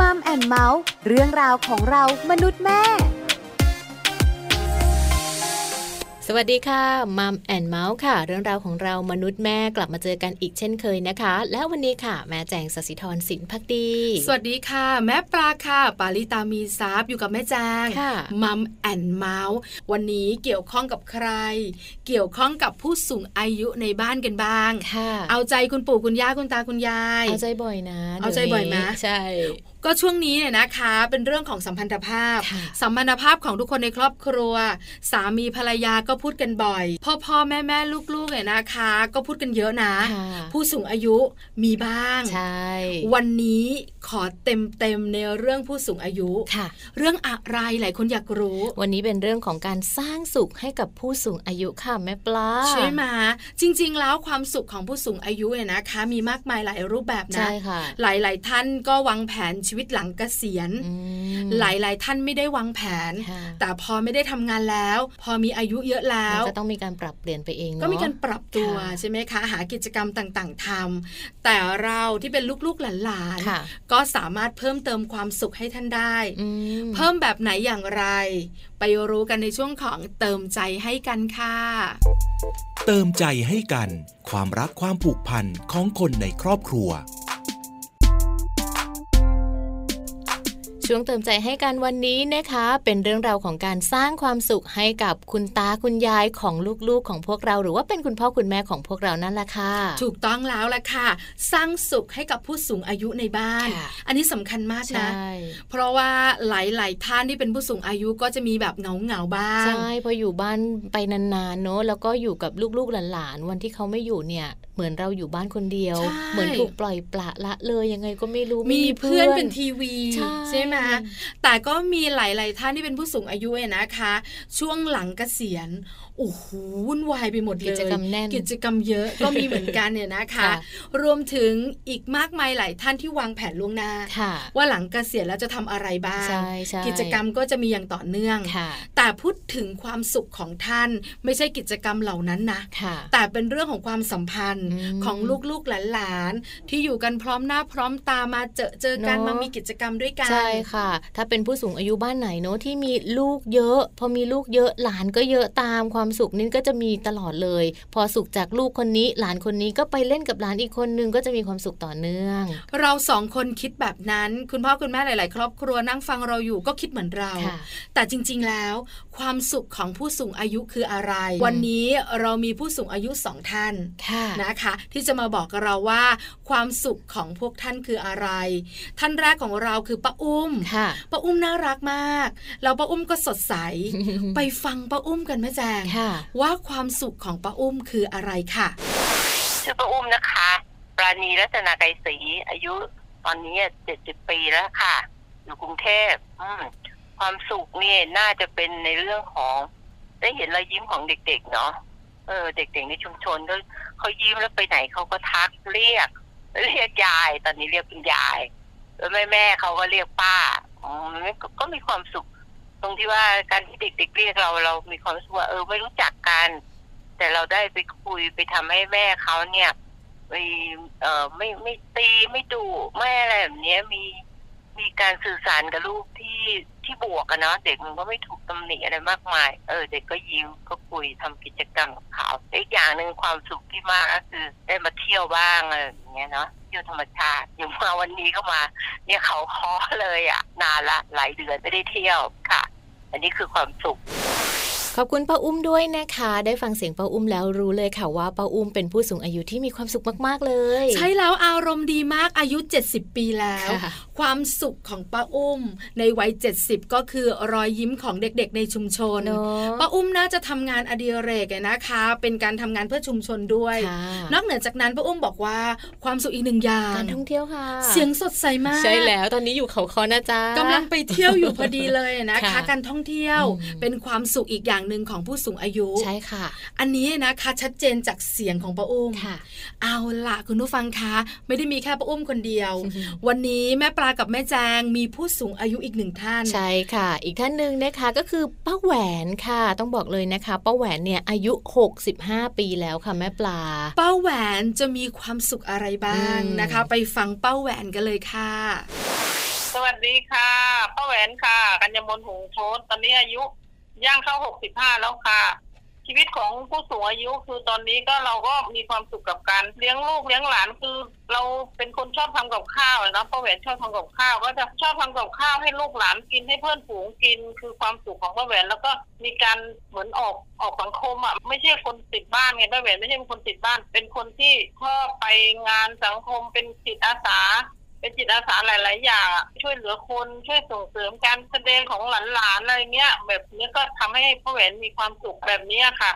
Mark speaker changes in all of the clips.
Speaker 1: มัมแอนเมาส์เรื่องราวของเรามนุษย์แม่
Speaker 2: สวัสดีค่ะมัมแอนเมาส์ค่ะ เรื่องราวของเรามนุษย์แม่กลับมาเจอกันอีกเช่นเคยนะคะ และวันนี้ค่ะ แม่แจงสศิธรสินพักดี
Speaker 3: สวัสดีค่ะ แม่ปลาค่ะ ปาลิตามีซับอยู่กับแม่แจง
Speaker 2: ค่ะ
Speaker 3: มัมแอนเมาส์วันนี้เกี่ยวข้องกับใคร เกี่ยวข้องกับผู้สูงอายุในบ้านกันบ้าง
Speaker 2: ค่ะ
Speaker 3: เอาใจคุณปู่คุณย่าคุณตาคุณยาย
Speaker 2: เอาใจบ่อยนะ
Speaker 3: เอาใจบ่อยนะ
Speaker 2: เดี๋วใช่
Speaker 3: ก็ช่วงนี้เนี่ยนะคะ เป็นเรื่องของสัมพันธภาพ
Speaker 2: ค่ะ
Speaker 3: สัมพันธภาพของทุกคนในครอบครัว สามีภรรยาก็พูดกันบ่อย พ่อพ่อแม่แม่ลูกๆเนี่ยนะคะ ก็พูดกันเยอะนะ
Speaker 2: ค่ะ
Speaker 3: ผู้สูงอายุมีบ้าง
Speaker 2: ใช่
Speaker 3: วันนี้ขอเต็มเต็มๆในเรื่องผู้สูงอายุ
Speaker 2: ค่ะ
Speaker 3: เรื่องอะไรหลายคนอยากรู้
Speaker 2: วันนี้เป็นเรื่องของการสร้างสุขให้กับผู้สูงอายุค่ะแม่ปลา
Speaker 3: ใช่ไหมจริง ๆ แล้วความสุขของผู้สูงอายุเนี่ยนะคะ มีมากมายหลายรูปแบบนะ
Speaker 2: ใช่ค่ะ
Speaker 3: หลาย ๆ ท่านก็วางแผนชีวิตหลังเกษียณ
Speaker 2: อืม
Speaker 3: หลาย ๆ ท่านไม่ได้วางแผน
Speaker 2: ค่ะ
Speaker 3: แต่พอไม่ได้ทำงานแล้ว พอมีอายุเยอะแล้ว
Speaker 2: มันก็ต้องมีการปรับเปลี่ยนไปเองเนอะ
Speaker 3: ก็มีการปรับตัว
Speaker 2: ค่ะ
Speaker 3: ใช่ไหมคะหากิจกรรมต่างๆทำแต่เราที่เป็นลูกๆหลาน
Speaker 2: ค่ะ
Speaker 3: ๆก็สามารถเพิ่มเติมความสุขให้ท่านได้
Speaker 2: อืม
Speaker 3: เพิ่มแบบไหนอย่างไร ไปรู้กันในช่วงของเติมใจให้กันค่ะ
Speaker 4: เติมใจให้กัน ความรักความผูกพันของคนในครอบครัว
Speaker 2: ช่วงเติมใจให้กันวันนี้นะคะ เป็นเรื่องราวของการสร้างความสุขให้กับคุณตาคุณยายของลูกๆของพวกเรา หรือว่าเป็นคุณพ่อคุณแม่ของพวกเรานั่นแหละค่ะ
Speaker 3: ถูกต้องแล้วล่ะค่ะ สร้างสุขให้กับผู้สูงอายุในบ้าน
Speaker 2: ค่ะ
Speaker 3: อันนี้สำคัญมากนะ
Speaker 2: ใช่
Speaker 3: เพราะว่าหลาย ๆ ท่านที่เป็นผู้สูงอายุก็จะมีแบบเหงาเหงาๆบ้าง
Speaker 2: ใช่พออยู่บ้านไปนานๆเนอะแล้วก็อยู่กับลูกๆหลานๆวันที่เขาไม่อยู่เนี่ย เหมือนเราอยู่บ้านคนเดียว
Speaker 3: ใช่
Speaker 2: เหมือนถูกปล่อยปละละเลยยังไงก็ไม่รู้
Speaker 3: มี
Speaker 2: ไ
Speaker 3: เพื่อนเป็นทีวี
Speaker 2: ใช่
Speaker 3: ใช่ไหมแต่ก็มีหลาย ๆ ท่านที่เป็นผู้สูงอายุเนี่ยนะคะ ช่วงหลังเกษียณโอ้โหวุ่นวายไปหมดเลย
Speaker 2: กิจกรรมแน่น
Speaker 3: กิจกรรมเยอะก็มีเหมือนกันเนี่ยนะคะ
Speaker 2: ค่ะ
Speaker 3: รวมถึงอีกมากมายหลายท่านที่วางแผนล่วงหน้า
Speaker 2: ค่ะ
Speaker 3: ว่าหลังเกษียณแล้วจะทำอะไรบ้าง
Speaker 2: ใช่ใช่
Speaker 3: กิจกรรมก็จะมีอย่างต่อเนื่อง
Speaker 2: ค่ะ
Speaker 3: แต่พูดถึงความสุขของท่าน ไม่ใช่กิจกรรมเหล่านั้นนะ
Speaker 2: ค่ะ
Speaker 3: แต่เป็นเรื่องของความสัมพันธ์
Speaker 2: อืม
Speaker 3: ของลูกๆหลานๆที่อยู่กันพร้อมหน้าพร้อมตามาเจอเจอกัน
Speaker 2: เนอะ
Speaker 3: มามีกิจกรรมด้วยกัน
Speaker 2: ใช่ค่ะ ถ้าเป็นผู้สูงอายุบ้านไหนเนอะที่มีลูกเยอะ พอมีลูกเยอะหลานก็เยอะตามความสุขนี่ก็จะมีตลอดเลย พอสุขจากลูกคนนี้หลานคนนี้ก็ไปเล่นกับหลานอีกคนนึงก็จะมีความสุขต่อเนื่อง
Speaker 3: เราสองคนคิดแบบนั้น คุณพ่อคุณแม่หลาย ๆ ครอบครัวนั่งฟังเราอยู่ก็คิดเหมือนเรา
Speaker 2: ค่ะ
Speaker 3: แต่จริงๆแล้ว ความสุขของผู้สูงอายุคืออะไร
Speaker 2: อืม
Speaker 3: วันนี้เรามีผู้สูงอายุสองท่าน
Speaker 2: ค่ะ
Speaker 3: นะคะ ที่จะมาบอกกับเราว่า ความสุขของพวกท่านคืออะไร ท่านแรกของเราคือป้าอุ้ม
Speaker 2: ค่ะ
Speaker 3: ป้าอุ้มน่ารักมากแล้วป้าอุ้มก็สดใส ไปฟังป้าอุ้มกันแม่แจง
Speaker 2: ค่ะ
Speaker 3: ว่าความสุขของป้าอุ้มคืออะไรค่ะ
Speaker 5: ชื่อป้าอุ้มนะคะ ปราณีรัตนาไกรศรีอายุตอนนี้เจ็ดสิบปีแล้วค่ะ อยู่กรุงเทพอืมความสุขนี่น่าจะเป็นในเรื่องของ ได้เห็นรอยยิ้มของเด็กๆเนาะเออ เด็กๆในชุมชนก็เขายิ้มแล้วไปไหนเขาก็ทักเรียก เรียกยาย ตอนนี้เรียกคุณยายแล้วแม่แม่ๆเขาก็เรียกป้าอืมกก็มีความสุข ตรงที่ว่าการที่เด็กๆเรียกเราเรามีความรู้สึกว่าเออไม่รู้จักกัน แต่เราได้ไปคุยไปทำให้แม่เขาเนี่ยมีเอ่อไม่ไม่ตีไม่ดุไม่อะไรแบบเนี้ยมีมีการสื่อสารกับลูกที่ที่บวกกันเนาะเด็กมันก็ไม่ถูกตำหนิอะไรมากมาย เออ เด็กก็ยิ้มก็คุยทำกิจกรรมกับเขาและอีกอย่างหนึ่งความสุขที่มากก็คือ ได้มาเที่ยวบ้างอะไรอย่างเงี้ยเนาะเที่ยวธรรมชาติอย่างมาวันนี้ก็มา เนี่ยเขาคอเลยอะ่ะ นานละหลายเดือนไม่ได้เที่ยวค่ะ อันนี้คือความสุข
Speaker 2: ขอบคุณป้าอุ้มด้วยนะคะ ได้ฟังเสียงป้าอุ้มแล้วรู้เลยค่ะว่าป้าอุ้มเป็นผู้สูงอายุที่มีความสุขมากๆเลย
Speaker 3: ใช่แล้วอารมณ์ดีมากอายุ 70 ปีแล้ว
Speaker 2: ค่ะ
Speaker 3: ความสุขของป้าอุ้ม ในวัย 70 ก็คือรอยยิ้มของเด็กๆ ในชุมชน
Speaker 2: เนอะ
Speaker 3: ป้าอุ้มน่าจะทำงานอดิเรกอะนะคะ เป็นการทำงานเพื่อชุมชนด้วย
Speaker 2: ค่ะ
Speaker 3: นอกเหนือจากนั้นป้าอุ้มบอกว่าความสุขอีกหนึ่งอย่าง
Speaker 2: การท่องเที่ยวค่ะ
Speaker 3: เสียงสดใสมาก
Speaker 2: ใช่แล้วตอนนี้อยู่เขาคอนะจ๊ะ
Speaker 3: กำลังไปเที่ยวอยู่พอดีเลยนะคะ
Speaker 2: ค่ะ
Speaker 3: การท่องเที่ยว
Speaker 2: อืม
Speaker 3: เป็นความสุขอีกอย่างหนึ่งของผู้สูงอายุ
Speaker 2: ใช่ค่ะ
Speaker 3: อันนี้นะคะชัดเจนจากเสียงของป้าอุ้ม
Speaker 2: ค่ะ
Speaker 3: เอาล่ะคุณผู้ฟังคะ ไม่ได้มีแค่ป้าอุ้มคนเดียว วันนี้แม่ปลากับแม่แจงมีผู้สูงอายุอีกหนึ่งท่าน
Speaker 2: ใช่ค่ะ อีกท่านหนึ่งนะคะก็คือป้าแหวนค่ะ ต้องบอกเลยนะคะป้าแหวนเนี่ยอายุ 65 ปีแล้วค่ะแม่ปลา
Speaker 3: เป้าแหวนจะมีความสุขอะไรบ้าง
Speaker 2: อืม
Speaker 3: นะคะ ไปฟังเป้าแหวนกันเลยค่ะ
Speaker 5: สวัสดีค่ะป้าแหวนค่ะ กัญญมลหงโทนตอนนี้อายุย่างเข้าหกสิบห้าแล้วค่ะ ชีวิตของผู้สูงอายุคือตอนนี้ก็เราก็มีความสุขกับการเลี้ยงลูกเลี้ยงหลานคือเราเป็นคนชอบทำกับข้าวอะเนาะป้าแหวนชอบทำกับข้าว ก็จะชอบทำกับข้าวให้ลูกหลานกินให้เพื่อนฝูงกิน คือความสุขของป้าแหวนแล้วก็มีการเหมือนออกออกสังคมอ่ะไม่ใช่คนติดบ้านไงป้าแหวนไม่ใช่เป็นคนติดบ้าน เป็นคนที่ชอบไปงานสังคมเป็นจิตอาสา เป็นจิตอาสาหลาย ๆ อย่างอะช่วยเหลือคนช่วยส่งเสริมการแสดงของหลาน ๆ อะไรเงี้ย แบบนี้ก็ทำให้พ่อแหวนมีความสุขแบบนี้ค่ะ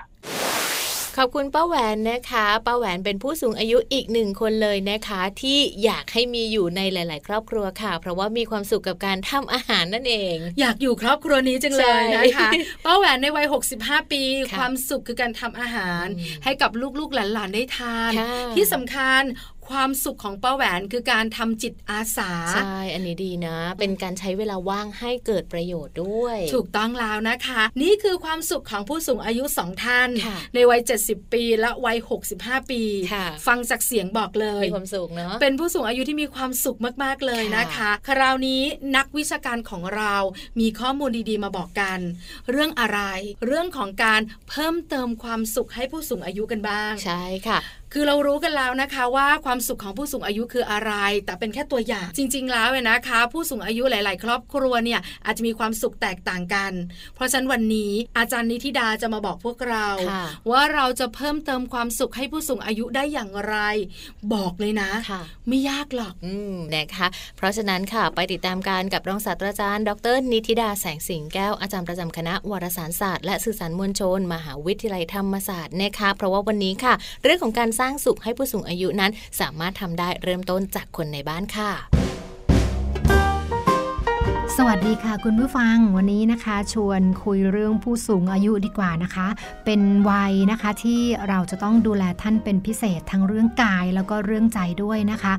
Speaker 2: ขอบคุณป้าแหวนนะคะป้าแหวนเป็นผู้สูงอายุอีกหนึ่งคนเลยนะคะ ที่อยากให้มีอยู่ในหลาย ๆ ครอบครัวค่ะ เพราะว่ามีความสุขกับการทำอาหารนั่นเอง
Speaker 3: อยากอยู่ครอบครัวนี้จังเลย
Speaker 2: ใช่
Speaker 3: นะคะ ป้าแหวนในวัย 65 ปี
Speaker 2: ค่ะ
Speaker 3: ความสุขคือการทำอาหาร
Speaker 2: อืม
Speaker 3: ให้กับลูกๆหลานๆได้ทาน
Speaker 2: ค่ะ
Speaker 3: ที่สำคัญความสุขของป้าแหวนคือการทำจิตอาสา
Speaker 2: ใช่ อันนี้ดีนะ เป็นการใช้เวลาว่างให้เกิดประโยชน์ด้วย
Speaker 3: ถูกต้องแล้วนะคะ นี่คือความสุขของผู้สูงอายุสองท่าน
Speaker 2: ค่ะ
Speaker 3: ในวัย 70 ปีและวัย 65 ปี
Speaker 2: ค่ะ
Speaker 3: ฟังจากเสียงบอกเลย
Speaker 2: มีความสุขเนาะ
Speaker 3: เป็นผู้สูงอายุที่มีความสุขมาก ๆ เลยนะคะ
Speaker 2: ค่ะ
Speaker 3: คราวนี้นักวิชาการของเรามีข้อมูลดี ๆ มาบอกกัน เรื่องอะไร เรื่องของการเพิ่มเติมความสุขให้ผู้สูงอายุกันบ้าง
Speaker 2: ใช่ค่ะ
Speaker 3: คือเรารู้กันแล้วนะคะว่าความสุขของผู้สูงอายุคืออะไร แต่เป็นแค่ตัวอย่าง จริง ๆ แล้วเนี่ยนะคะ ผู้สูงอายุหลาย ๆ ครอบครัวเนี่ยอาจจะมีความสุขแตกต่างกัน เพราะฉะนั้นวันนี้อาจารย์นิธิดาจะมาบอกพวกเรา
Speaker 2: ค่ะ
Speaker 3: ว่าเราจะเพิ่มเติมความสุขให้ผู้สูงอายุได้อย่างไร บอกเลยนะ
Speaker 2: ค่ะ
Speaker 3: ไม่ยากหรอก
Speaker 2: อืมนะคะ เพราะฉะนั้นค่ะไปติดตามการกับรองศาสตราจารย์ ดร นิติดาแสงสิงแก้วอาจารย์ประจำคณะวารสารศาสตร์และสื่อสารมวลชน มหาวิทยาลัยธรรมศาสตร์นะคะ เพราะว่าวันนี้ค่ะ เรื่องของการสร้างสุขให้ผู้สูงอายุนั้น สามารถทำได้เริ่มต้นจากคนในบ้านค่ะ
Speaker 6: สวัสดีค่ะคุณผู้ฟังวันนี้นะคะ ชวนคุยเรื่องผู้สูงอายุดีกว่านะคะ เป็นวัยนะคะที่เราจะต้องดูแลท่านเป็นพิเศษทั้งเรื่องกายแล้วก็เรื่องใจด้วยนะคะ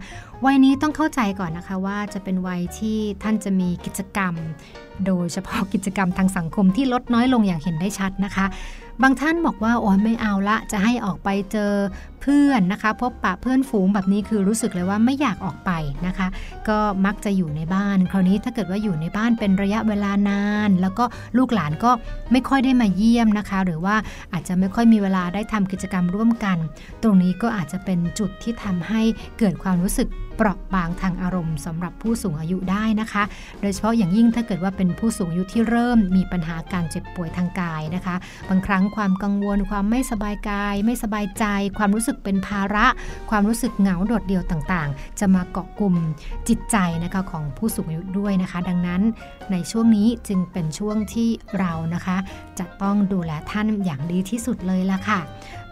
Speaker 6: วัยนี้ต้องเข้าใจก่อนนะคะว่าจะเป็นวัยที่ท่านจะมีกิจกรรม โดยเฉพาะกิจกรรมทางสังคมที่ลดน้อยลงอย่างเห็นได้ชัดนะคะ บางท่านบอกว่าโอ้ยไม่เอาละจะให้ออกไปเจอเพื่อนนะคะ พบปะเพื่อนฝูงแบบนี้คือรู้สึกเลยว่าไม่อยากออกไปนะคะ ก็มักจะอยู่ในบ้าน คราวนี้ถ้าเกิดว่าอยู่ในบ้านเป็นระยะเวลานาน แล้วก็ลูกหลานก็ไม่ค่อยได้มาเยี่ยมนะคะ หรือว่าอาจจะไม่ค่อยมีเวลาได้ทำกิจกรรมร่วมกัน ตรงนี้ก็อาจจะเป็นจุดที่ทำให้เกิดความรู้สึกเปราะบางทางอารมณ์สำหรับผู้สูงอายุได้นะคะ โดยเฉพาะอย่างยิ่งถ้าเกิดว่าเป็นผู้สูงอายุที่เริ่มมีปัญหาการเจ็บป่วยทางกายนะคะ บางครั้งความกังวล ความไม่สบายกาย ไม่สบายใจ ความรู้สึกเป็นภาระ ความรู้สึกเหงาโดดเดี่ยวต่างๆ จะมาเกาะกลุ่มจิตใจนะคะของผู้สูงอายุด้วยนะคะ ดังนั้นในช่วงนี้จึงเป็นช่วงที่เรานะคะ จะต้องดูแลท่านอย่างดีที่สุดเลยล่ะค่ะ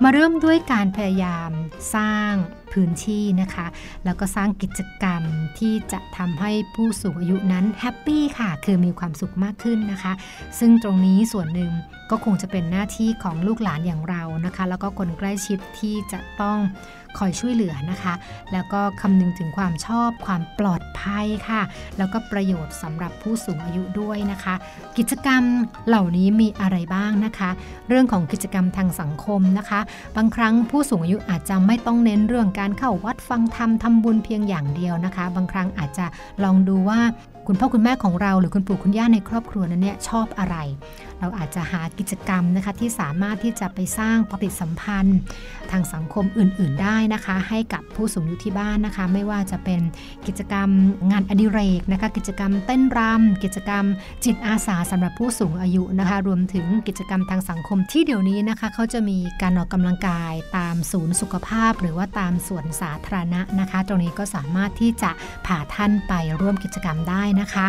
Speaker 6: มาเริ่มด้วยการพยายามสร้างพื้นที่นะคะ แล้วก็สร้างกิจกรรมที่จะทำให้ผู้สูงอายุนั้นแฮปปี้ค่ะ คือมีความสุขมากขึ้นนะคะ ซึ่งตรงนี้ส่วนหนึ่งก็คงจะเป็นหน้าที่ของลูกหลานอย่างเรานะคะ แล้วก็คนใกล้ชิดที่จะต้องคอยช่วยเหลือนะคะ แล้วก็คำนึงถึงความชอบความปลอดภัยค่ะ แล้วก็ประโยชน์สำหรับผู้สูงอายุด้วยนะคะ กิจกรรมเหล่านี้มีอะไรบ้างนะคะ เรื่องของกิจกรรมทางสังคมนะคะ บางครั้งผู้สูงอายุอาจจะไม่ต้องเน้นเรื่องการเข้าวัดฟังธรรมทำบุญเพียงอย่างเดียวนะคะ บางครั้งอาจจะลองดูว่าคุณพ่อคุณแม่ของเราหรือคุณปู่คุณย่าในครอบครัวนั้นเนี่ยชอบอะไร เราอาจจะหากิจกรรมนะคะที่สามารถที่จะไปสร้างปฏิสัมพันธ์ ทางสังคมอื่น ๆ ได้นะคะ ให้กับผู้สูงอายุที่บ้านนะคะ ไม่ว่าจะเป็นกิจกรรมงานอดิเรกนะคะ กิจกรรมเต้นรำกิจกรรมจิตอาสาสำหรับผู้สูงอายุนะคะ รวมถึงกิจกรรมทางสังคมที่เดี๋ยวนี้นะคะเขาจะมีการออกกำลังกายตามศูนย์สุขภาพ หรือว่าตามสวนสาธารณะนะคะ ตรงนี้ก็สามารถที่จะพาท่านไปร่วมกิจกรรมได้นะคะ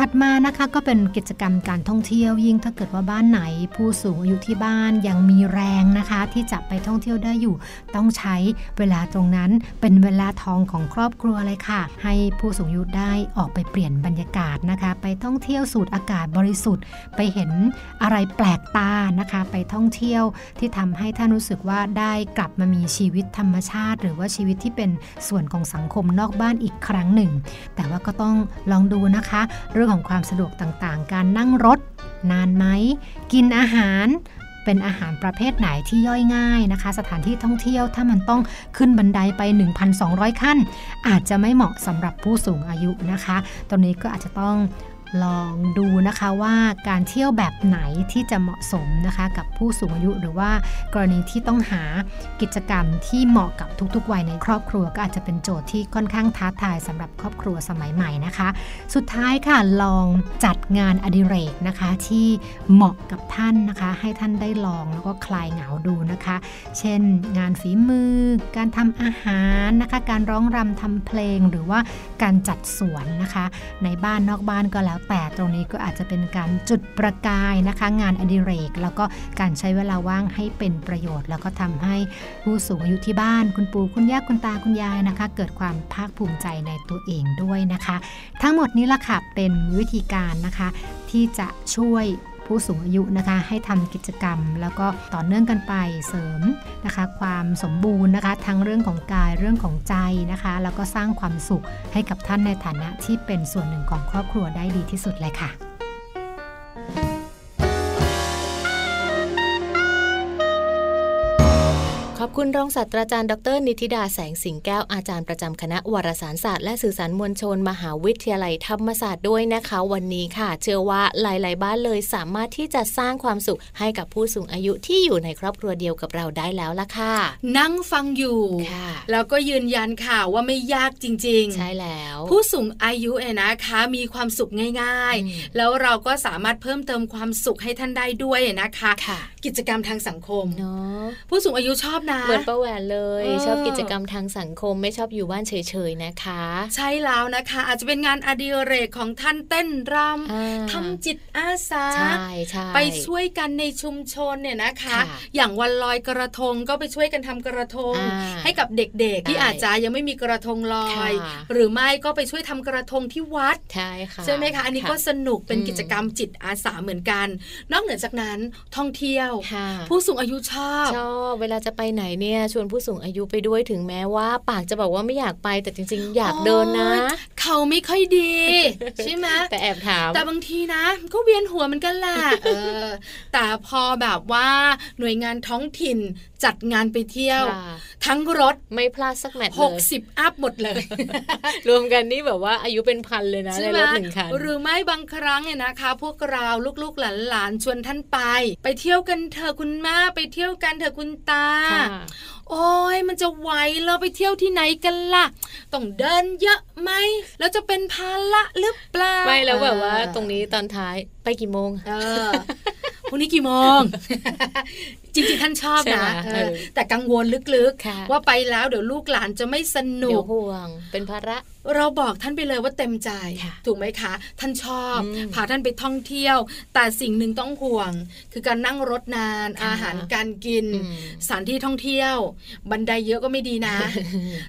Speaker 6: ถัดมานะคะก็เป็นกิจกรรมการท่องเที่ยวยิ่งถ้าเกิดว่าบ้านไหน ผู้สูงอายุที่บ้านยังมีแรงนะคะ ที่จะไปท่องเที่ยวได้อยู่ ต้องใช้เวลาตรงนั้นเป็นเวลาทองของครอบครัวเลยค่ะ ให้ผู้สูงอายุได้ออกไปเปลี่ยนบรรยากาศนะคะ ไปท่องเที่ยวสูดอากาศบริสุทธิ์ ไปเห็นอะไรแปลกตานะคะ ไปท่องเที่ยวที่ทำให้ท่านรู้สึกว่าได้กลับมามีชีวิตธรรมชาติ หรือว่าชีวิตที่เป็นส่วนของสังคมนอกบ้านอีกครั้งหนึ่ง แต่ว่าก็ต้องลองดูนะคะ เรื่องของความสะดวกต่างๆ การนั่งรถ นานไหม กินอาหาร เป็นอาหารประเภทไหนที่ย่อยง่ายนะคะ สถานที่ท่องเที่ยวถ้ามันต้องขึ้นบันไดไป 1,200 ขั้น อาจจะไม่เหมาะสำหรับผู้สูงอายุนะคะ ตรงนี้ก็อาจจะต้องลองดูนะคะว่าการเที่ยวแบบไหนที่จะเหมาะสมนะคะ กับผู้สูงอายุหรือว่ากรณีที่ต้องหากิจกรรมที่เหมาะกับทุกๆวัยในครอบครัวก็อาจจะเป็นโจทย์ที่ค่อนข้างท้าทายสำหรับครอบครัวสมัยใหม่นะคะ สุดท้ายค่ะลองจัดงานอดิเรกนะคะ ที่เหมาะกับท่านนะคะ ให้ท่านได้ลองแล้วก็คลายเหงาดูนะคะ เช่น งานฝีมือ การทำอาหารนะคะ การร้องรำทำเพลงหรือว่าการจัดสวนนะคะ ในบ้านนอกบ้านก็แล้วแต่ตรงนี้ก็อาจจะเป็นการจุดประกายนะคะ งานอดิเรก แล้วก็การใช้เวลาว่างให้เป็นประโยชน์ แล้วก็ทำให้ผู้สูงอายุที่บ้าน คุณปู่คุณย่าคุณตาคุณยายนะคะ เกิดความภาคภูมิใจในตัวเองด้วยนะคะ ทั้งหมดนี้ละค่ะเป็นวิธีการนะคะ ที่จะช่วยผู้สูงอายุนะคะ ให้ทำกิจกรรม แล้วก็ต่อเนื่องกันไปเสริมนะคะ ความสมบูรณ์นะคะ ทั้งเรื่องของกายเรื่องของใจนะคะ แล้วก็สร้างความสุขให้กับท่านในฐานะที่เป็นส่วนหนึ่งของครอบครัวได้ดีที่สุดเลยค่ะ
Speaker 2: ขอบคุณรองศาสตราจารย์ดร นิติดาแสงสิงแก้วอาจารย์ประจำคณะวารสารศาสตร์และสื่อสารมวลชน มหาวิทยาลัยธรรมศาสตร์ด้วยนะคะ วันนี้ค่ะ เชื่อว่าหลาย ๆ บ้านเลยสามารถที่จะสร้างความสุขให้กับผู้สูงอายุที่อยู่ในครอบครัวเดียวกับเราได้แล้วล่ะค่ะ
Speaker 3: นั่งฟังอยู่
Speaker 2: ค่ะ
Speaker 3: แล้วก็ยืนยันค่ะว่าไม่ยากจริงๆ
Speaker 2: ใช่แล้ว
Speaker 3: ผู้สูงอายุเนี่ยนะคะมีความสุขง่าย
Speaker 2: อืม
Speaker 3: ๆ แล้วเราก็สามารถเพิ่มเติมความสุขให้ท่านได้ด้วยนะคะ
Speaker 2: ค่ะ
Speaker 3: กิจกรรมทางสังคม
Speaker 2: เนาะ
Speaker 3: ผู้สูงอายุชอบนะ
Speaker 2: เหมือนประแหวนเลย
Speaker 3: เออ
Speaker 2: ชอบกิจกรรมทางสังคมไม่ชอบอยู่บ้านเฉย ๆ นะคะ
Speaker 3: ใช่แล้วนะคะ อาจจะเป็นงานอดิเรกของท่านเต้นร
Speaker 2: อ่า
Speaker 3: ำทำจิตอาสา
Speaker 2: ใช่ใช่
Speaker 3: ไปช่วยกันในชุมชนเนี่ยนะคะ
Speaker 2: ค่ะ
Speaker 3: อย่างวันลอยกระทงก็ไปช่วยกันทำกระทง
Speaker 2: อ่า
Speaker 3: ให้กับเด็กๆ ที่
Speaker 2: ใช่
Speaker 3: อาจจะยังไม่มีกระทงลอย
Speaker 2: ค่ะ
Speaker 3: หรือไม่ก็ไปช่วยทำกระทงที่วัด
Speaker 2: ใช่ค่ะ
Speaker 3: ใช่ไหมคะ อันนี้ก็สนุกเป็น
Speaker 2: อืม
Speaker 3: กิจกรรมจิตอาสาเหมือนกัน นอกเหนือจากนั้นท่องเที่ยว
Speaker 2: ค่ะ
Speaker 3: ผู้สูงอายุชอบ
Speaker 2: ชอบเวลาจะไปไหนเนี่ยชวนผู้สูงอายุไปด้วยถึงแม้ว่า ปากจะบอกว่าไม่อยากไปแต่จริง ๆ อยากเดินนะ
Speaker 3: โอ๊ย เขาไม่ค่อยดี ใช่ไหม
Speaker 2: แต่แอบถาม
Speaker 3: แต่บางทีนะ ก็เวียนหัวเหมันกันแหละเออ แต่พอแบบว่าหน่วยงานท้องถิ่นจัดงานไปเที่ยว
Speaker 2: ค่ะ
Speaker 3: ทั้งรถ
Speaker 2: ไม่พลาดสักแมตช์เลย
Speaker 3: 60 อัพหมดเลย
Speaker 2: รวมกันนี่แบบว่าอายุเป็นพันเลยนะใน
Speaker 3: ใช่ไห
Speaker 2: ร
Speaker 3: ม
Speaker 2: ถหนึ่งคัน
Speaker 3: หรือไม่บางครั้งเนี่ยนะคะ พวกเราลูกๆหลานๆชวนท่านไป ไปเที่ยวกันเถอะคุณแม่ไปเที่ยวกันเถอะคุณตา
Speaker 2: ค่ะ
Speaker 3: โอ้ยมันจะไหวเราไปเที่ยวที่ไหนกันล่ะ ต้องเดินเยอะไหม แล้วจะเป็นภาระหรือเปล่า
Speaker 2: ไม่แล้วแบบว่า
Speaker 3: เออ
Speaker 2: ตรงนี้ตอนท้ายไปกี่โมง
Speaker 3: เออพรุ่งนี้กี่โม ง จริงๆ ท่านชอบ
Speaker 2: ใช่ไห
Speaker 3: นะ
Speaker 2: ม
Speaker 3: เออ
Speaker 2: เออ
Speaker 3: แต่กังวลลึก
Speaker 2: ค่ะ
Speaker 3: ว่าไปแล้วเดี๋ยวลูกหลานจะไม่สนุ
Speaker 2: เดี๋ย
Speaker 3: ก
Speaker 2: วห่วงเป็นภาระ
Speaker 3: เราบอกท่านไปเลยว่าเต็มใจ
Speaker 2: ค่ะ
Speaker 3: ถูกไหมคะ ท่านชอบ
Speaker 2: อืม
Speaker 3: พาท่านไปท่องเที่ยว แต่สิ่งหนึ่งต้องห่วง คือการนั่งรถนาน
Speaker 2: ค่ะ
Speaker 3: อาหารการกิน
Speaker 2: อืม
Speaker 3: สถานที่ท่องเที่ยว บันไดเยอะก็ไม่ดี นะ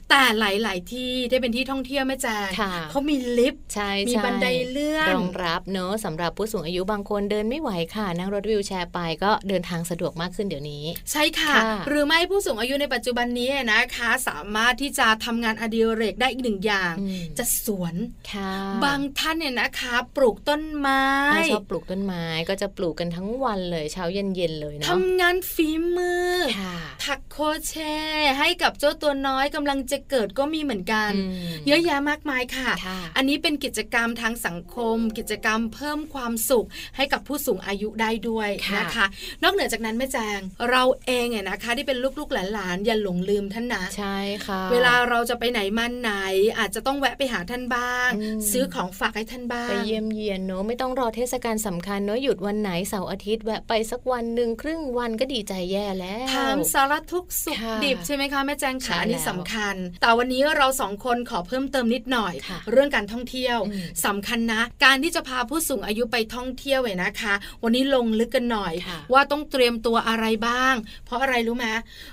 Speaker 3: แต่หลาย ๆ ที่ที่เป็นที่ท่องเที่ยวแม่แจง
Speaker 2: ค่ะ
Speaker 3: เขามีลิฟต์
Speaker 2: ใช่
Speaker 3: มี
Speaker 2: ใช่
Speaker 3: บันไดเลื่อน
Speaker 2: รองรับเนอะสำหรับผู้สูงอายุบางคนเดินไม่ไหวค่ะ นั่งรถวิวแชร์ไปก็เดินทางสะดวกมากขึ้นเดี๋ยวนี้
Speaker 3: ใช่ค่ะ
Speaker 2: ค่ะ
Speaker 3: หรือไม่ผู้สูงอายุในปัจจุบันนี้นะคะ สามารถที่จะทำงานอดิเรกได้อีกหนึ่งอย่าง
Speaker 2: อืม
Speaker 3: จะสวน
Speaker 2: ค่ะ
Speaker 3: บางท่านเนี่ยนะคะ ปลูกต้นไม้
Speaker 2: ถ้าชอบปลูกต้นไม้ก็จะปลูกกันทั้งวันเลยเช้าเย็นเย็นๆเลยเนาะ
Speaker 3: ทำงานฝีมือ
Speaker 2: ค่ะ
Speaker 3: ถักโครเชต์ให้กับเจ้าตัวน้อยกำลังจะเกิดก็มีเหมือนกัน
Speaker 2: ม
Speaker 3: เยอะแยะมากมายค่ะ
Speaker 2: ค่ะ
Speaker 3: อันนี้เป็นกิจกรรมทางสังคม กิจกรรมเพิ่มความสุขให้กับผู้สูงอายุได้ด้วย
Speaker 2: ค่ะ
Speaker 3: นะคะ นอกเหนือจากนั้นแม่แจง เราเองเนี่ยนะคะ ที่เป็นลูกๆหลานๆอย่าหลงลืมท่านนะ
Speaker 2: ใช่ค่ะ
Speaker 3: เวลาเราจะไปไหนมาไหน อาจจะต้องแวะไปหาท่านบ้าง
Speaker 2: อืม
Speaker 3: ซื้อของฝากให้ท่านบ้าง
Speaker 2: ไปเยี่ยมเยียนเนอะไม่ต้องรอเทศกาลสำคัญเนอะหยุดวันไหนเสาร์อาทิตย์แวะไปสักวันหนึ่งครึ่งวันก็ดีใจแย่แล้ว
Speaker 3: ถามสารทุกข์สุข
Speaker 2: ค่ะ
Speaker 3: ดิบใช่ไหมคะแม่แจง
Speaker 2: ใช่
Speaker 3: ขา
Speaker 2: แล้ว
Speaker 3: อันนี้สำคัญ แต่วันนี้เราสองคนขอเพิ่มเติมนิดหน่อย
Speaker 2: ค่ะ
Speaker 3: เรื่องการท่องเที่ยว
Speaker 2: อืม
Speaker 3: สำคัญนะ การที่จะพาผู้สูงอายุไปท่องเที่ยวเนี่ยนะคะ วันนี้ลงลึกกันหน่อย
Speaker 2: ค่ะ
Speaker 3: ว่าต้องเตรียมตัวอะไรบ้าง เพราะอะไรรู้ไหม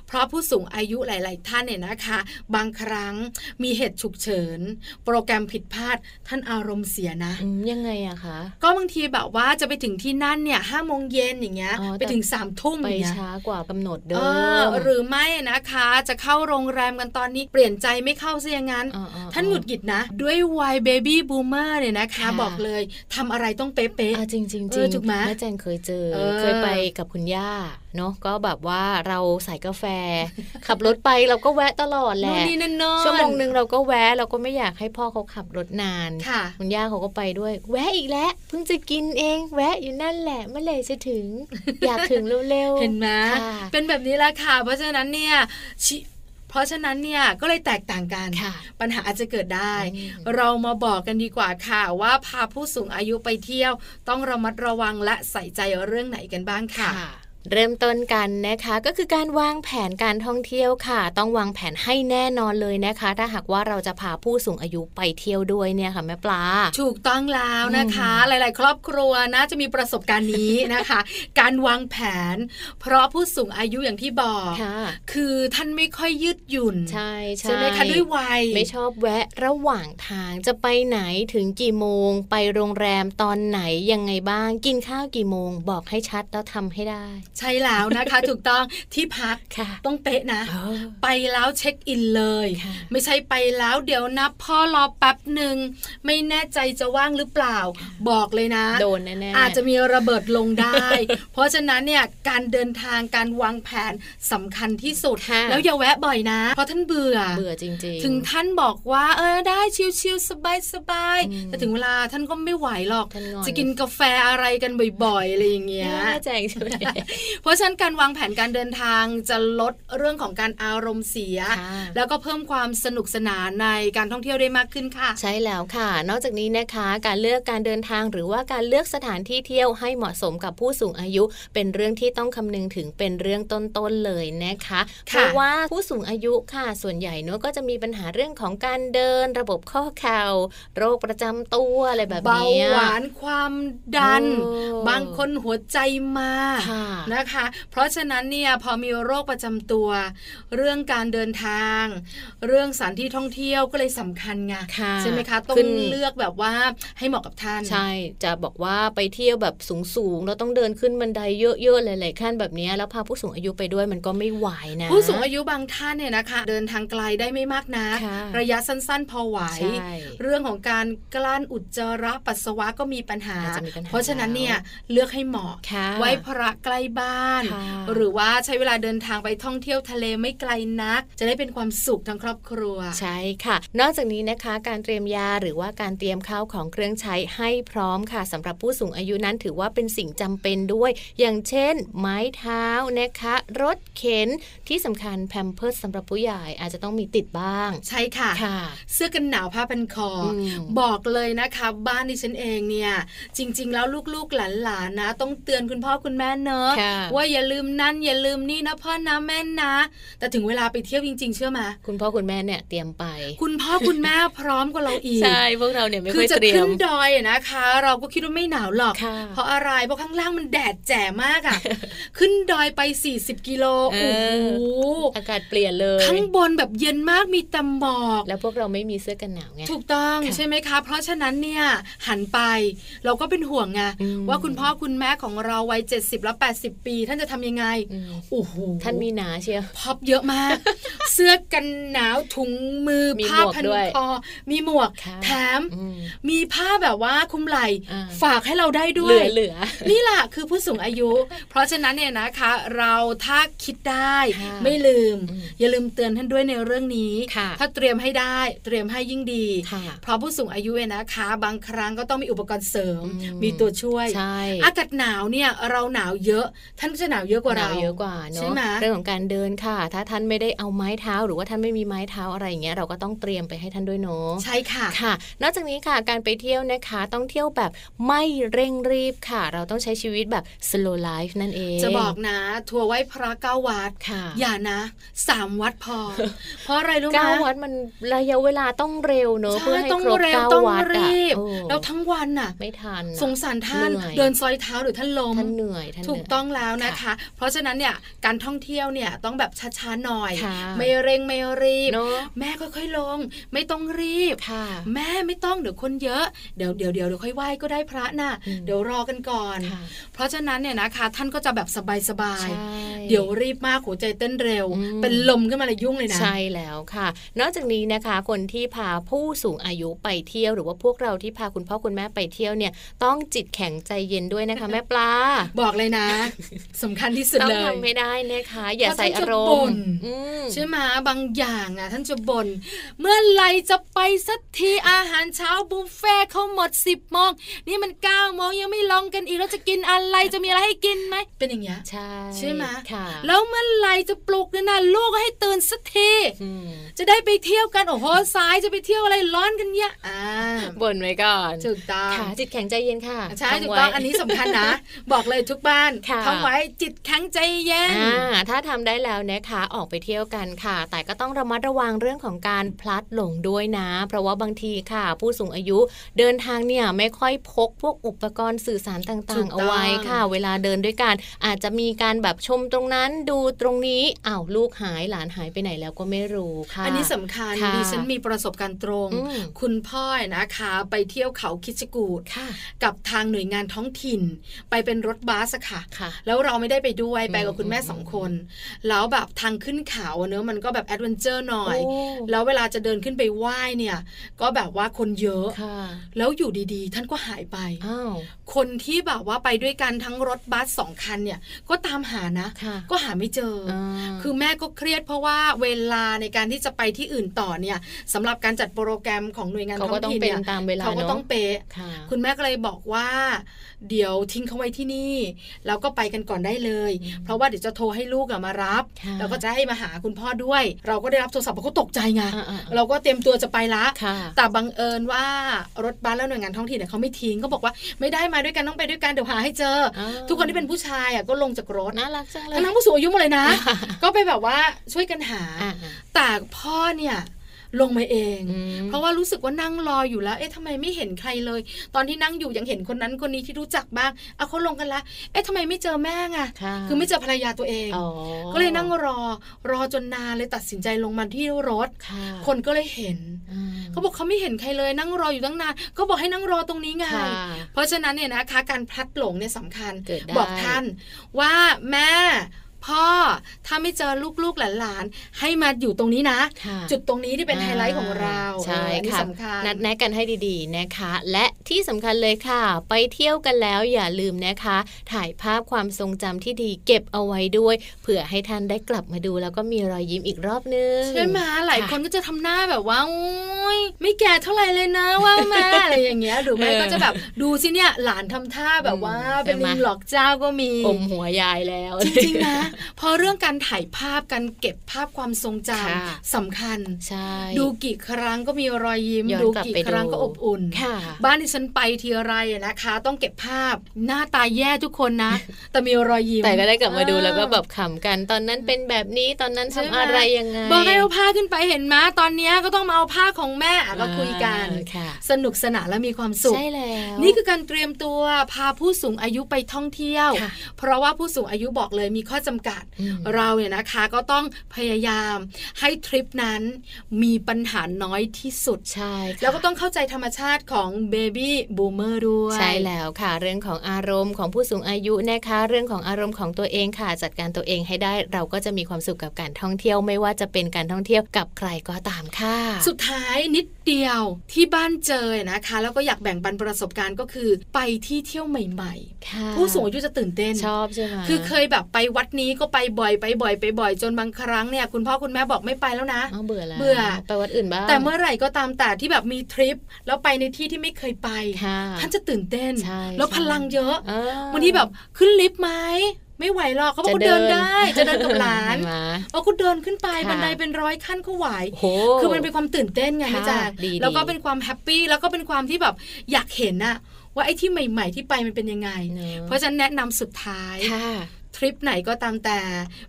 Speaker 3: เพราะผู้สูงอายุหลาย ๆ ท่านเนี่ยนะคะ บางครั้งมีเหตุฉุกเฉิน โปรแกรมผิดพลาดท่านอารมณ์เสียนะ
Speaker 2: อืมยังไงอะคะ
Speaker 3: ก็บางทีแบบว่าจะไปถึงที่นั่นเนี่ยห้าโมงเย็นอย่างเงี้ย
Speaker 2: อ๋อแต่
Speaker 3: ไปถึงสามทุ่ม
Speaker 2: ไป
Speaker 3: อย่างเงี้ย
Speaker 2: ช้ากว่ากำหนดเดิ
Speaker 3: เออ
Speaker 2: ม
Speaker 3: หรือไม่นะคะจะเข้าโรงแรมกันตอนนี้เปลี่ยนใจไม่เข้าซะอย่างนั้น
Speaker 2: อ่ๆ
Speaker 3: ท่านหงุดหงิดนะ ด้วยวัยเบบี้บูมเมอร์เนี่ยนะคะ
Speaker 2: ค่ะ
Speaker 3: บอกเลยทำอะไรต้องเป๊ะ
Speaker 2: อ่ะจริงๆจริง
Speaker 3: เออถูกไหม
Speaker 2: แม่แจงเคยเจอ
Speaker 3: เออ
Speaker 2: เคยไปกับคุณย่า เนาะก็แบบว่าเราใส่กาแฟ ขับรถไปเราก็แวะตลอดแห
Speaker 3: นู่น
Speaker 2: ละ
Speaker 3: นี่นั่นเนอะ
Speaker 2: ชั่วโมงหนึ่งเราก็แวะเราก็ไม่อยากให้พ่อเขาขับรถนาน
Speaker 3: ค่ะ
Speaker 2: คุณย่าเขาก็ไปด้วย แวะอีกแล้วเพิ่งจะกินเอง แวะอยู่นั่นแหละเมื่อไหร่จะถึง อยากถึงเร็วๆ
Speaker 3: เห็นไหม
Speaker 2: ค่ะ
Speaker 3: เป็นแบบนี้แหละค่ะ เพราะฉะนั้นเนี่ยชิเพราะฉะนั้นเนี่ยก็เลยแตกต่างกัน
Speaker 2: ค่ะ
Speaker 3: ปัญหาอาจจะเกิดได้
Speaker 2: อืม
Speaker 3: เรามาบอกกันดีกว่าค่ะ ว่าพาผู้สูงอายุไปเที่ยว ต้องระมัดระวังและใส่ใจเรื่องไหนกันบ้างค่ะ
Speaker 2: เริ่มต้นกันนะคะก็คือการวางแผนการท่องเที่ยวค่ะ ต้องวางแผนให้แน่นอนเลยนะคะ ถ้าหากว่าเราจะพาผู้สูงอายุไปเที่ยวด้วยเนี่ยค่ะแม่ปลา
Speaker 3: ถูกต้องแล้วนะคะ หลาย ๆ ครอบครัวนะจะมีประสบการณ์นี้นะคะ การวางแผน เพราะผู้สูงอายุอย่างที่บอก
Speaker 2: ค่ะ
Speaker 3: คือท่านไม่ค่อยยืดหยุ่น
Speaker 2: ใช่ใช่
Speaker 3: ใช่ไหมคะด้วยวัย
Speaker 2: ไม่ชอบแวะระหว่างทางจะไปไหนถึงกี่โมง ไปโรงแรมตอนไหนยังไงบ้างกินข้าวกี่โมง บอกให้ชัดแล้วทำให้ได้
Speaker 3: ใช่แล้วนะคะ ถูกต้องที่พัก
Speaker 2: ค่ะ
Speaker 3: ต้องเป๊ะนะ ไปแล้วเช็คอินเลย
Speaker 2: ค่ะ
Speaker 3: ไม่ใช่ไปแล้วเดี๋ยวนับพ่อรอแป๊บหนึ่งไม่แน่ใจจะว่างหรือเปล่า บอกเลยนะ
Speaker 2: โดนแน่ๆ
Speaker 3: อาจจะมีระเบิดลงได้ เพราะฉะนั้นเนี่ยการเดินทางการวางแผนสำคัญที่สุด
Speaker 2: ค่ะ
Speaker 3: แล้วอย่าแวะบ่อยนะ เพราะท่านเบื่อ
Speaker 2: เบื่อจริงๆ
Speaker 3: ถึงท่านบอกว่าเออได้ชิลๆสบาย
Speaker 2: อืม
Speaker 3: ๆแต่ถึงเวลาท่านก็ไม่ไหวหรอก
Speaker 2: ท่านงอน
Speaker 3: จะกินกาแฟอะไรกันบ่อยๆอะไรอย่างเงี้ย
Speaker 2: แน่ใจใช่ไหม
Speaker 3: เพราะฉะนั้นการวางแผนการเดินทางจะลดเรื่องของการอารมณ์เสีย
Speaker 2: ค่ะ
Speaker 3: แล้วก็เพิ่มความสนุกสนานในการท่องเที่ยวได้มากขึ้นค่ะ
Speaker 2: ใช่แล้วค่ะ นอกจากนี้นะคะ การเลือกการเดินทางหรือว่าการเลือกสถานที่เที่ยวให้เหมาะสมกับผู้สูงอายุ เป็นเรื่องที่ต้องคำนึงถึงเป็นเรื่องต้นๆเลยนะคะ เพราะว่าผู้สูงอายุค่ะ ส่วนใหญ่เนอะก็จะมีปัญหาเรื่องของการเดิน ระบบข้อเข่า โรคประจำตัวอะไรแบบ
Speaker 3: เบา
Speaker 2: นี้
Speaker 3: หวานความดัน
Speaker 2: เออบ
Speaker 3: างคนหัวใจมา
Speaker 2: ค่ะ
Speaker 3: นะคะ เพราะฉะนั้นเนี่ยพอมีโรคประจำตัว เรื่องการเดินทาง เรื่องสถานที่ท่องเที่ยวก็เลยสำคัญไง
Speaker 2: ค่ะ
Speaker 3: ใช่ไหมคะต้อง
Speaker 2: ขึ้น
Speaker 3: เลือกแบบว่าให้เหมาะกับท่าน
Speaker 2: ใช่ จะบอกว่าไปเที่ยวแบบสูงๆแล้วต้องเดินขึ้นบันไดเยอะๆหลายๆขั้นแบบนี้แล้วพาผู้สูงอายุไปด้วยมันก็ไม่ไหวนะ
Speaker 3: ผู้สูงอายุบางท่านเนี่ยนะคะ เดินทางไกลได้ไม่มากนะ
Speaker 2: ค่ะ
Speaker 3: ระยะสั้นๆ พอไหว
Speaker 2: ใช่
Speaker 3: เรื่องของการกลั้นอุจจาระปัสสาวะก็มีปัญหา
Speaker 2: อาจจะมีปัญหา
Speaker 3: เพราะฉะนั้นเนี่ยเลือกให้เหมาะ
Speaker 2: ค่ะ
Speaker 3: ไหว้พระใกล้บ้าน
Speaker 2: ค่ะ
Speaker 3: หรือว่าใช้เวลาเดินทางไปท่องเที่ยวทะเลไม่ไกลนัก จะได้เป็นความสุขทั้งครอบครัว
Speaker 2: ใช่ค่ะ นอกจากนี้นะคะ การเตรียมยาหรือว่าการเตรียมข้าวของเครื่องใช้ให้พร้อมค่ะสำหรับผู้สูงอายุนั้นถือว่าเป็นสิ่งจำเป็นด้วย อย่างเช่น ไม้เท้านะคะ รถเข็นที่สำคัญแพมเพิร์สสำหรับผู้ใหญ่อาจจะต้องมีติดบ้าง
Speaker 3: ใช่ค่ะ
Speaker 2: ค่ะ
Speaker 3: เสื้อกันหนาวผ้าพันคออ
Speaker 2: ม
Speaker 3: บอกเลยนะคะ บ้านดิฉันเองเนี่ย จริง ๆ แล้วลูกๆหลานๆนะ ต้องเตือนคุณพ่อคุณแม่เนอะ
Speaker 2: ค่ะ
Speaker 3: ว่าอย่าลืมนั่นอย่าลืมนี่นะพ่อนะแม่นะ แต่ถึงเวลาไปเที่ยวจริง ๆ เชื่อมา
Speaker 2: คุณพ่อคุณแม่เนี่ยเตรียมไป
Speaker 3: คุณพ่อคุณแม่พร้อมกว่าเราอีก
Speaker 2: ใช่พวกเราเนี่ยไม่
Speaker 3: คื
Speaker 2: ค่อย
Speaker 3: จะ
Speaker 2: เตรีย
Speaker 3: ขึ้
Speaker 2: ม
Speaker 3: นดอยอะนะคะ เราก็คิดว่าไม่หนาวหรอก
Speaker 2: ค่ะ
Speaker 3: เพราะอะไรเพราะข้างล่างมันแดดแจ๋มากอะ่ะ ขึ้นดอยไป 40 กิโล
Speaker 2: เอ
Speaker 3: โอ้
Speaker 2: อ
Speaker 3: โห
Speaker 2: อากาศเปลี่ยนเลย
Speaker 3: ข้างบนแบบเย็นมากมีแต่หมอก
Speaker 2: แล้วพวกเราไม่มีเสื้อกันหนาวไง
Speaker 3: ถูกต้อง
Speaker 2: ค่ะ
Speaker 3: ใช่ไหมคะ เพราะฉะนั้นเนี่ยหันไปเราก็เป็นห่วงไง
Speaker 2: อืม
Speaker 3: ว่าคุณพ่อคุณแม่ของเราวัย70แล้ว80 ปี ท่านจะทำยังไง
Speaker 2: อืม
Speaker 3: โอ้โห
Speaker 2: ท่านมีหนาเชียว
Speaker 3: พับเยอะมาก เสื้อกันหนาวถุงมือ
Speaker 2: มี
Speaker 3: ผ้า
Speaker 2: หมวก
Speaker 3: พัน
Speaker 2: ด้วย
Speaker 3: คอมีหมวก
Speaker 2: ค่ะ
Speaker 3: แถม
Speaker 2: อืม
Speaker 3: มีผ้าแบบว่าคลุมไหล่
Speaker 2: อ่า
Speaker 3: ฝากให้เราได้ด้
Speaker 2: เห
Speaker 3: ว
Speaker 2: ลื
Speaker 3: ย
Speaker 2: อเหลือ
Speaker 3: นี่แหละคือผู้สูงอายุ เพราะฉะนั้นเนี่ยนะคะ เราถ้าคิดได้
Speaker 2: ค่ะ
Speaker 3: ไม่ลืม
Speaker 2: อืม
Speaker 3: อย่าลืมเตือนท่านด้วยในเรื่องนี้
Speaker 2: ค่ะ
Speaker 3: ถ้าเตรียมให้ได้ เตรียมให้ยิ่งดี
Speaker 2: ค่ะ
Speaker 3: เพราะผู้สูงอายุเนี่ยนะคะ บางครั้งก็ต้องมีอุปกรณ์เสริม
Speaker 2: อืม
Speaker 3: มีตัวช่วย
Speaker 2: ใช่
Speaker 3: อากาศหนาวเนี่ยเราหนาวเยอะ ท่านก็จะหนาวเยอะกว่า
Speaker 2: หน
Speaker 3: เรา
Speaker 2: เยอะกว่าเน
Speaker 3: ใช่
Speaker 2: อะ
Speaker 3: ไหม
Speaker 2: เรื่องของการเดินค่ะ ถ้าท่านไม่ได้เอาไม้เท้า หรือว่าท่านไม่มีไม้เท้าอะไรอย่างเงี้ยเราก็ต้องเตรียมไปให้ท่านด้วยเนาะ
Speaker 3: ใช่ค่ะ
Speaker 2: ค่ะ นอกจากนี้ค่ะการไปเที่ยวนะคะต้องเที่ยวแบบไม่เร่งรีบค่ะ เราต้องใช้ชีวิตแบบ slow life นั่นเอง
Speaker 3: จะบอกนะ ทัวร์ไหว้พระเก้าวัด
Speaker 2: ค่ะ
Speaker 3: อย่านะสามวัดพอ เพราะอะไรรู้ไหม
Speaker 2: เก้าวัดมันระยะเวลาต้องเร็วเนอะเพื่อ
Speaker 3: ใช่
Speaker 2: ให้
Speaker 3: ต้อง
Speaker 2: ครบ
Speaker 3: เร็ว
Speaker 2: เก้า
Speaker 3: ต้อง
Speaker 2: วัดอะ
Speaker 3: รีบ
Speaker 2: โอ้
Speaker 3: แล้วทั้งวันน่ะ
Speaker 2: ไม่ทันอะ
Speaker 3: สงสารท่าน
Speaker 2: เหนื่อย
Speaker 3: เดินซอยเท้าหรือท่านลม
Speaker 2: ท่านเหนื่อยท่านเห
Speaker 3: ถู
Speaker 2: นื่
Speaker 3: ก
Speaker 2: ย
Speaker 3: ต้องแล้วนะคะ เพราะฉะนั้นเนี่ยการท่องเที่ยวเนี่ยต้องแบบช้าๆหน่อย
Speaker 2: ค่ะ
Speaker 3: ไม่เร่งไม่รีบ
Speaker 2: เนอะ
Speaker 3: แม่ค่อยๆลง ไม่ต้องรีบ
Speaker 2: ค่ะ
Speaker 3: แม่ไม่ต้องเดี๋ยวคนเยอะเดี๋ยวเดี๋ยวเดี๋ยวเดี๋ยวค่อยไหว้ก็ได้พระน่ะ
Speaker 2: อืม
Speaker 3: เดี๋ยวรอกันก่อน
Speaker 2: ค่ะ
Speaker 3: เพราะฉะนั้นเนี่ยนะคะ ท่านก็จะแบบสบาย
Speaker 2: ใช่
Speaker 3: ๆเดี๋ยวรีบมากหัวใจเต้นเร็ว
Speaker 2: อืม
Speaker 3: เป็นลมขึ้นมาเลยยุ่งเลยนะ
Speaker 2: ใช่แล้วค่ะ นอกจากนี้นะคะ คนที่พาผู้สูงอายุไปเที่ยว หรือว่าพวกเราที่พาคุณ พ่อคุณแม่ไปเที่ยวเนี่ย ต้องจิตแข็งใจเย็นด้วยนะคะ แม่ปลา
Speaker 3: บอกเลยนะสำคัญที่สุด
Speaker 2: ต้อง
Speaker 3: เลย
Speaker 2: ทำไม่ได้นะคะ อย่าใส่อาร
Speaker 3: เพราะ
Speaker 2: ม
Speaker 3: ท่าน
Speaker 2: ณ์
Speaker 3: จะบ่น
Speaker 2: อืม
Speaker 3: ใช่ไหมบางอย่างอ่ะท่านจะบน่นเมื่อไหรจะไปสักทีอาหารเช้าบุฟเฟ่ต์เขาหมดสิบโมงนี่มันเก้าโมงยังไม่ลองกันอีกแล้วจะกินอะไรจะมีอะไรให้กินไหมเป็นอย่างเงี้ย
Speaker 2: ใช่
Speaker 3: ใช่ไหม
Speaker 2: ค่ะ
Speaker 3: แล้วเมื่อไหรจะปลุกเนี่ยนะลูกให้ตื่นสักที
Speaker 2: อืม
Speaker 3: จะได้ไปเที่ยวกันโอ้โหสายจะไปเที่ยวอะไรร้อนกันเยอะอ่า
Speaker 2: บ่นไว้ก่อน
Speaker 3: ถูกต้อง
Speaker 2: ค่ะจิตแข็งใจเย็นค่ะ
Speaker 3: ใช่
Speaker 2: ท่ไว้
Speaker 3: ถูกต้องอันนี้สำคัญนะ บอกเลยทุกบ้าน
Speaker 2: ค่ะ
Speaker 3: ท่องไว้จิตแข็งใจเย็น
Speaker 2: อ่า ถ้าทำได้แล้วนะคะออกไปเที่ยวกันค่ะ แต่ก็ต้องระมัดระวังเรื่องของการพลัดหลงด้วยนะ เพราะว่าบางทีค่ะ ผู้สูงอายุเดินทางเนี่ยไม่ค่อยพกพวกอุปกรณ์สื่อสาร
Speaker 3: ถู
Speaker 2: ต่างๆ
Speaker 3: กต้อง
Speaker 2: เอาไว้ค่ะ เวลาเดินด้วยกัน อาจจะมีการแบบชมตรงนั้นดูตรงนี้อ้าวลูกหายหลานหายไปไหนแล้วก็ไม่รู้ค่ะ
Speaker 3: อันนี้สำคัญ
Speaker 2: ค่ะ
Speaker 3: ดิฉันมีประสบการณ์ตรง
Speaker 2: อืม
Speaker 3: คุณพ่อนะคะ ไปเที่ยวเขาคิดจกูด
Speaker 2: ค่ะ
Speaker 3: กับทางหน่วยงานท้องถิ่น ไปเป็นรถบัสอะค่ะ
Speaker 2: ค่ะ
Speaker 3: แล้วเราไม่ได้ไปด้วยไปกับ
Speaker 2: อืม
Speaker 3: คุณแม่
Speaker 2: อืม
Speaker 3: สองคน แล้วแบบทางขึ้นเขาอะเนอะมันก็แบบแอดเวนเจอร์หน่อย
Speaker 2: โ
Speaker 3: แล้วเวลาจะเดินขึ้นไปไหว้เนี่ย ก็แบบว่าคนเยอะ
Speaker 2: ค่ะ
Speaker 3: แล้วอยู่ดีๆ ท่านก็หายไป
Speaker 2: อ้าว
Speaker 3: คนที่แบบว่าไปด้วยกันทั้งรถบัสสองคันเนี่ย ก็ตามหานะ
Speaker 2: ค่ะ
Speaker 3: ก็หาไม่เจออ
Speaker 2: อ่า
Speaker 3: คือแม่ก็เครียดเพราะว่าเวลาในการที่จะไปที่อื่นต่อเนี่ยสำหรับการจัดโปรแกรมของหน่วยงาน
Speaker 2: เขาก็
Speaker 3: ท้
Speaker 2: ต้
Speaker 3: อ
Speaker 2: อง ง
Speaker 3: ถิ่น
Speaker 2: เป็น
Speaker 3: เนี่ย
Speaker 2: ตามเวลา
Speaker 3: เขาก็
Speaker 2: เนอะ
Speaker 3: ต้องเป๊ะ
Speaker 2: ค่ะ
Speaker 3: คุณแม่ก็เลยบอกว่า เดี๋ยวทิ้งเขาไว้ที่นี่ แล้วก็ไปกันก่อนได้เลย
Speaker 2: อืม
Speaker 3: เพราะว่าเดี๋ยวจะโทรให้ลูกอะมารับ
Speaker 2: ค่ะ
Speaker 3: แล้วก็จะให้มาหาคุณพ่อด้วย เราก็ได้รับโทรศัพท์เราก็ตกใจไง
Speaker 2: อ่าๆๆ
Speaker 3: เราก็เตรียมตัวจะไปละ
Speaker 2: ค่ะ
Speaker 3: แต่บังเอิญว่ารถบัสแล้วหน่วยงานท้องถิ่นเนี่ยเขาไม่ทิ้งเขาบอกว่าไม่ได้มาด้วยกันต้องไปด้วยกันเดี๋ยวหาให้เจอ
Speaker 2: อ่า
Speaker 3: ทุกคนที่เป็นผู้ชายอะก็ลงจากรถ
Speaker 2: น่ารักจังเลย
Speaker 3: ทั้งนั้นผู้สูงอายุหมดเลยนะ ก็ไปแบบว่าช่วยกันหา
Speaker 2: อ่า
Speaker 3: แต่พ่อเนี่ยลงมาเอง
Speaker 2: ๆอืม
Speaker 3: เพราะว่ารู้สึกว่านั่งรออยู่แล้ว เอ๊ะทำไมไม่เห็นใครเลย ตอนที่นั่งอยู่ยังเห็นคนนั้นคนนี้ที่รู้จักบ้างเอาเขาลงกันละ เอ๊ะทำไมไม่เจอแม่ไง
Speaker 2: ค่ะ
Speaker 3: คือไม่เจอภรรยาตัวเอง
Speaker 2: อ๋อ
Speaker 3: ก็เลยนั่งรอ รอจนนานเลยตัดสินใจลงมาที่รถ
Speaker 2: ค่ะ
Speaker 3: คนก็เลยเห็น
Speaker 2: อืม
Speaker 3: เขาบอกเขาไม่เห็นใครเลย นั่งรออยู่ตั้งนาน ก็บอกให้นั่งรอตรงนี้ไง
Speaker 2: ค่ะ
Speaker 3: เพราะฉะนั้นเนี่ยนะคะการพลัดหลงเนี่ยสำคัญ
Speaker 2: เกิดได้
Speaker 3: บอกท่านว่าแม่ พ่อถ้าไม่เจอลูกๆหลานๆให้มาอยู่ตรงนี้นะ
Speaker 2: ค่ะ
Speaker 3: จุดตรงนี้ที่เป็นไฮไลท์ของเรา
Speaker 2: ใช่
Speaker 3: เอออันนี้
Speaker 2: ค่ะ
Speaker 3: สำคัญ
Speaker 2: นัดแนะกันให้ดีๆนะคะ และที่สำคัญเลยค่ะ ไปเที่ยวกันแล้วอย่าลืมนะคะ ถ่ายภาพความทรงจำที่ดีเก็บเอาไว้ด้วยเผื่อให้ท่านได้กลับมาดู แล้วก็มีรอยยิ้มอีกรอบนึง
Speaker 3: ใช่ไหมหลาย
Speaker 2: ค่ะ
Speaker 3: คนก็จะทำหน้าแบบว่าโอ๊ยไม่แก่เท่าไหร่เลย นะว่ามา อะไรอย่างเงี้ยหรือไม่
Speaker 2: เออ
Speaker 3: ก็จะแบบดูสิเนี่ยหลานทำท่าแบบว่า
Speaker 2: อืม
Speaker 3: เป็น
Speaker 2: ใช่ไหม
Speaker 3: ลิงหลอกเจ้าก็มี
Speaker 2: อมหัวยายแล้ว
Speaker 3: จริงๆนะ พอเรื่องการถ่ายภาพการเก็บภาพความทรงจ
Speaker 2: ค่ะ
Speaker 3: ำสำคัญ
Speaker 2: ใช่
Speaker 3: ดูกี่ครั้งก็มีรอยยิ้ม
Speaker 2: ย้อน
Speaker 3: ดู
Speaker 2: กลับ
Speaker 3: กี่
Speaker 2: ไป
Speaker 3: ครั้ง
Speaker 2: ดู
Speaker 3: ก็อบอุ่น
Speaker 2: ค่ะ
Speaker 3: บ้านที่ฉันไปทีไรอะนะคะ ต้องเก็บภาพหน้าตาแย่ทุกคนนะ แต่มีรอยยิ้ม
Speaker 2: แต่ก็ได้กลับมาดู
Speaker 3: เออ
Speaker 2: แล้วก็แบบขำกัน ตอนนั้นเป็นแบบนี้ตอนนั้น
Speaker 3: ใช่ห
Speaker 2: ทำ
Speaker 3: ม
Speaker 2: อะไรยังไง
Speaker 3: บอกให้เอาผ้าขึ้นไปเห็นมาตอนเนี้ยก็ต้องมาเอาผ้าของแม่อ่ะก็คุยกัน
Speaker 2: อ่าค่ะ
Speaker 3: สนุกสนานและมีความสุข
Speaker 2: ใช่แล้ว
Speaker 3: นี่คือการเตรียมตัวพาผู้สูงอายุไปท่องเที่ยว
Speaker 2: ค่ะ
Speaker 3: เพราะว่าผู้สูงอายุบอกเลยมีข้อจำกัด
Speaker 2: อืม
Speaker 3: เราเนี่ยนะคะก็ต้องพยายามให้ทริปนั้นมีปัญหาน้อยที่สุด
Speaker 2: ใช่ค่ะ
Speaker 3: แล้วก็ต้องเข้าใจธรรมชาติของเบบี้บูมเมอร์ด้วย
Speaker 2: ใช่แล้วค่ะ เรื่องของอารมณ์ของผู้สูงอายุนะคะ เรื่องของอารมณ์ของตัวเองค่ะ จัดการตัวเองให้ได้ เราก็จะมีความสุขกับการท่องเที่ยวไม่ว่าจะเป็นการท่องเที่ยวกับใครก็ตามค่ะ
Speaker 3: สุดท้ายนิดเดียวที่บ้านเจอนะคะ แล้วก็อยากแบ่งปันประสบการณ์ก็คือ ไปที่เที่ยวใหม่
Speaker 2: ค่ะ
Speaker 3: ๆ ผู้สูงอายุจะตื่นเต้น
Speaker 2: ชอบใช่ไหม
Speaker 3: คือเคยแบบไปวัดนี้ก็ไปบ่อยไปบ่อยไปบ่อยจนบางครั้งเนี่ยคุณพ่อคุณแม่บอกไม่ไปแล้วนะ
Speaker 2: อ้าวเบื่อแล้ว
Speaker 3: เบื่อ
Speaker 2: ไปวัดอื่นบ้าง
Speaker 3: แต่เมื่อไหร่ก็ตามแต่ที่แบบมีทริป แล้วไปในที่ที่ไม่เคยไป
Speaker 2: ค่ะ
Speaker 3: ท่านจะตื่นเต้น
Speaker 2: ใช่
Speaker 3: แล้ว
Speaker 2: ใช่
Speaker 3: พลังเยอะ
Speaker 2: เออ
Speaker 3: วันที่แบบขึ้นลิฟต์ไหมไม่ไหวหรอกเขาบอกเขาเดินได้ จะเดินกับหลาน
Speaker 2: เห็ไหม
Speaker 3: เอาคุณเดินขึ้นไป
Speaker 2: ค่ะ
Speaker 3: บันไดเป็นร้อยขั้นก็ไหว
Speaker 2: โอ้โห
Speaker 3: คือมันเป็นความตื่นเต้นไง
Speaker 2: ค่ะ
Speaker 3: พี่แจาง
Speaker 2: ดีๆ
Speaker 3: แล้วก็เป็นความแฮปปี้แล้วก็เป็นความที่แบบอยากเห็นอะว่าไอ้ที่ใหม่ ๆ ที่ไปมันเป็นยังไง
Speaker 2: เนอะ
Speaker 3: เพราะฉะนั้นแนะนำสุดท้าย
Speaker 2: ค่ะ
Speaker 3: ทริปไหนก็ตามแต่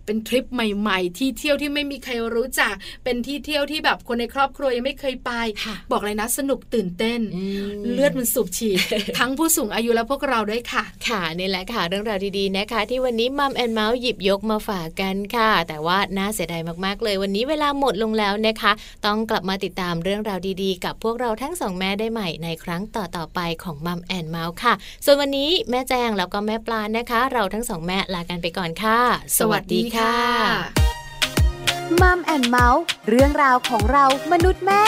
Speaker 3: เป็นทริปใหม่ ๆ ที่เที่ยวที่ไม่มีใครรู้จัก เป็นที่เที่ยวที่แบบคนในครอบครัวยังไม่เคยไป
Speaker 2: ค่ะ
Speaker 3: บอกเลยนะสนุกตื่นเต้น
Speaker 2: อืม
Speaker 3: เลือดมันสูบฉีด ทั้งผู้สูงอายุและพวกเราด้วยค่ะ
Speaker 2: ค่ะนี่แหละค่ะ เรื่องราวดีๆนะคะ ที่วันนี้มัมแอนเมาส์หยิบยกมาฝากกันค่ะ แต่ว่าน่าเสียดายมากๆเลย วันนี้เวลาหมดลงแล้วนะคะ ต้องกลับมาติดตามเรื่องราวดีๆ กับพวกเราทั้งสองแม่ได้ใหม่ในครั้งต่อๆไปของมัมแอนเมาส์ค่ะ ส่วนวันนี้แม่แจงแล้วก็แม่ปลานะคะ เราทั้งสองแม่ลากันไปก่อนค่ะ
Speaker 1: มัมแอนเมาส์เรื่องราวของเรามนุษย์แม่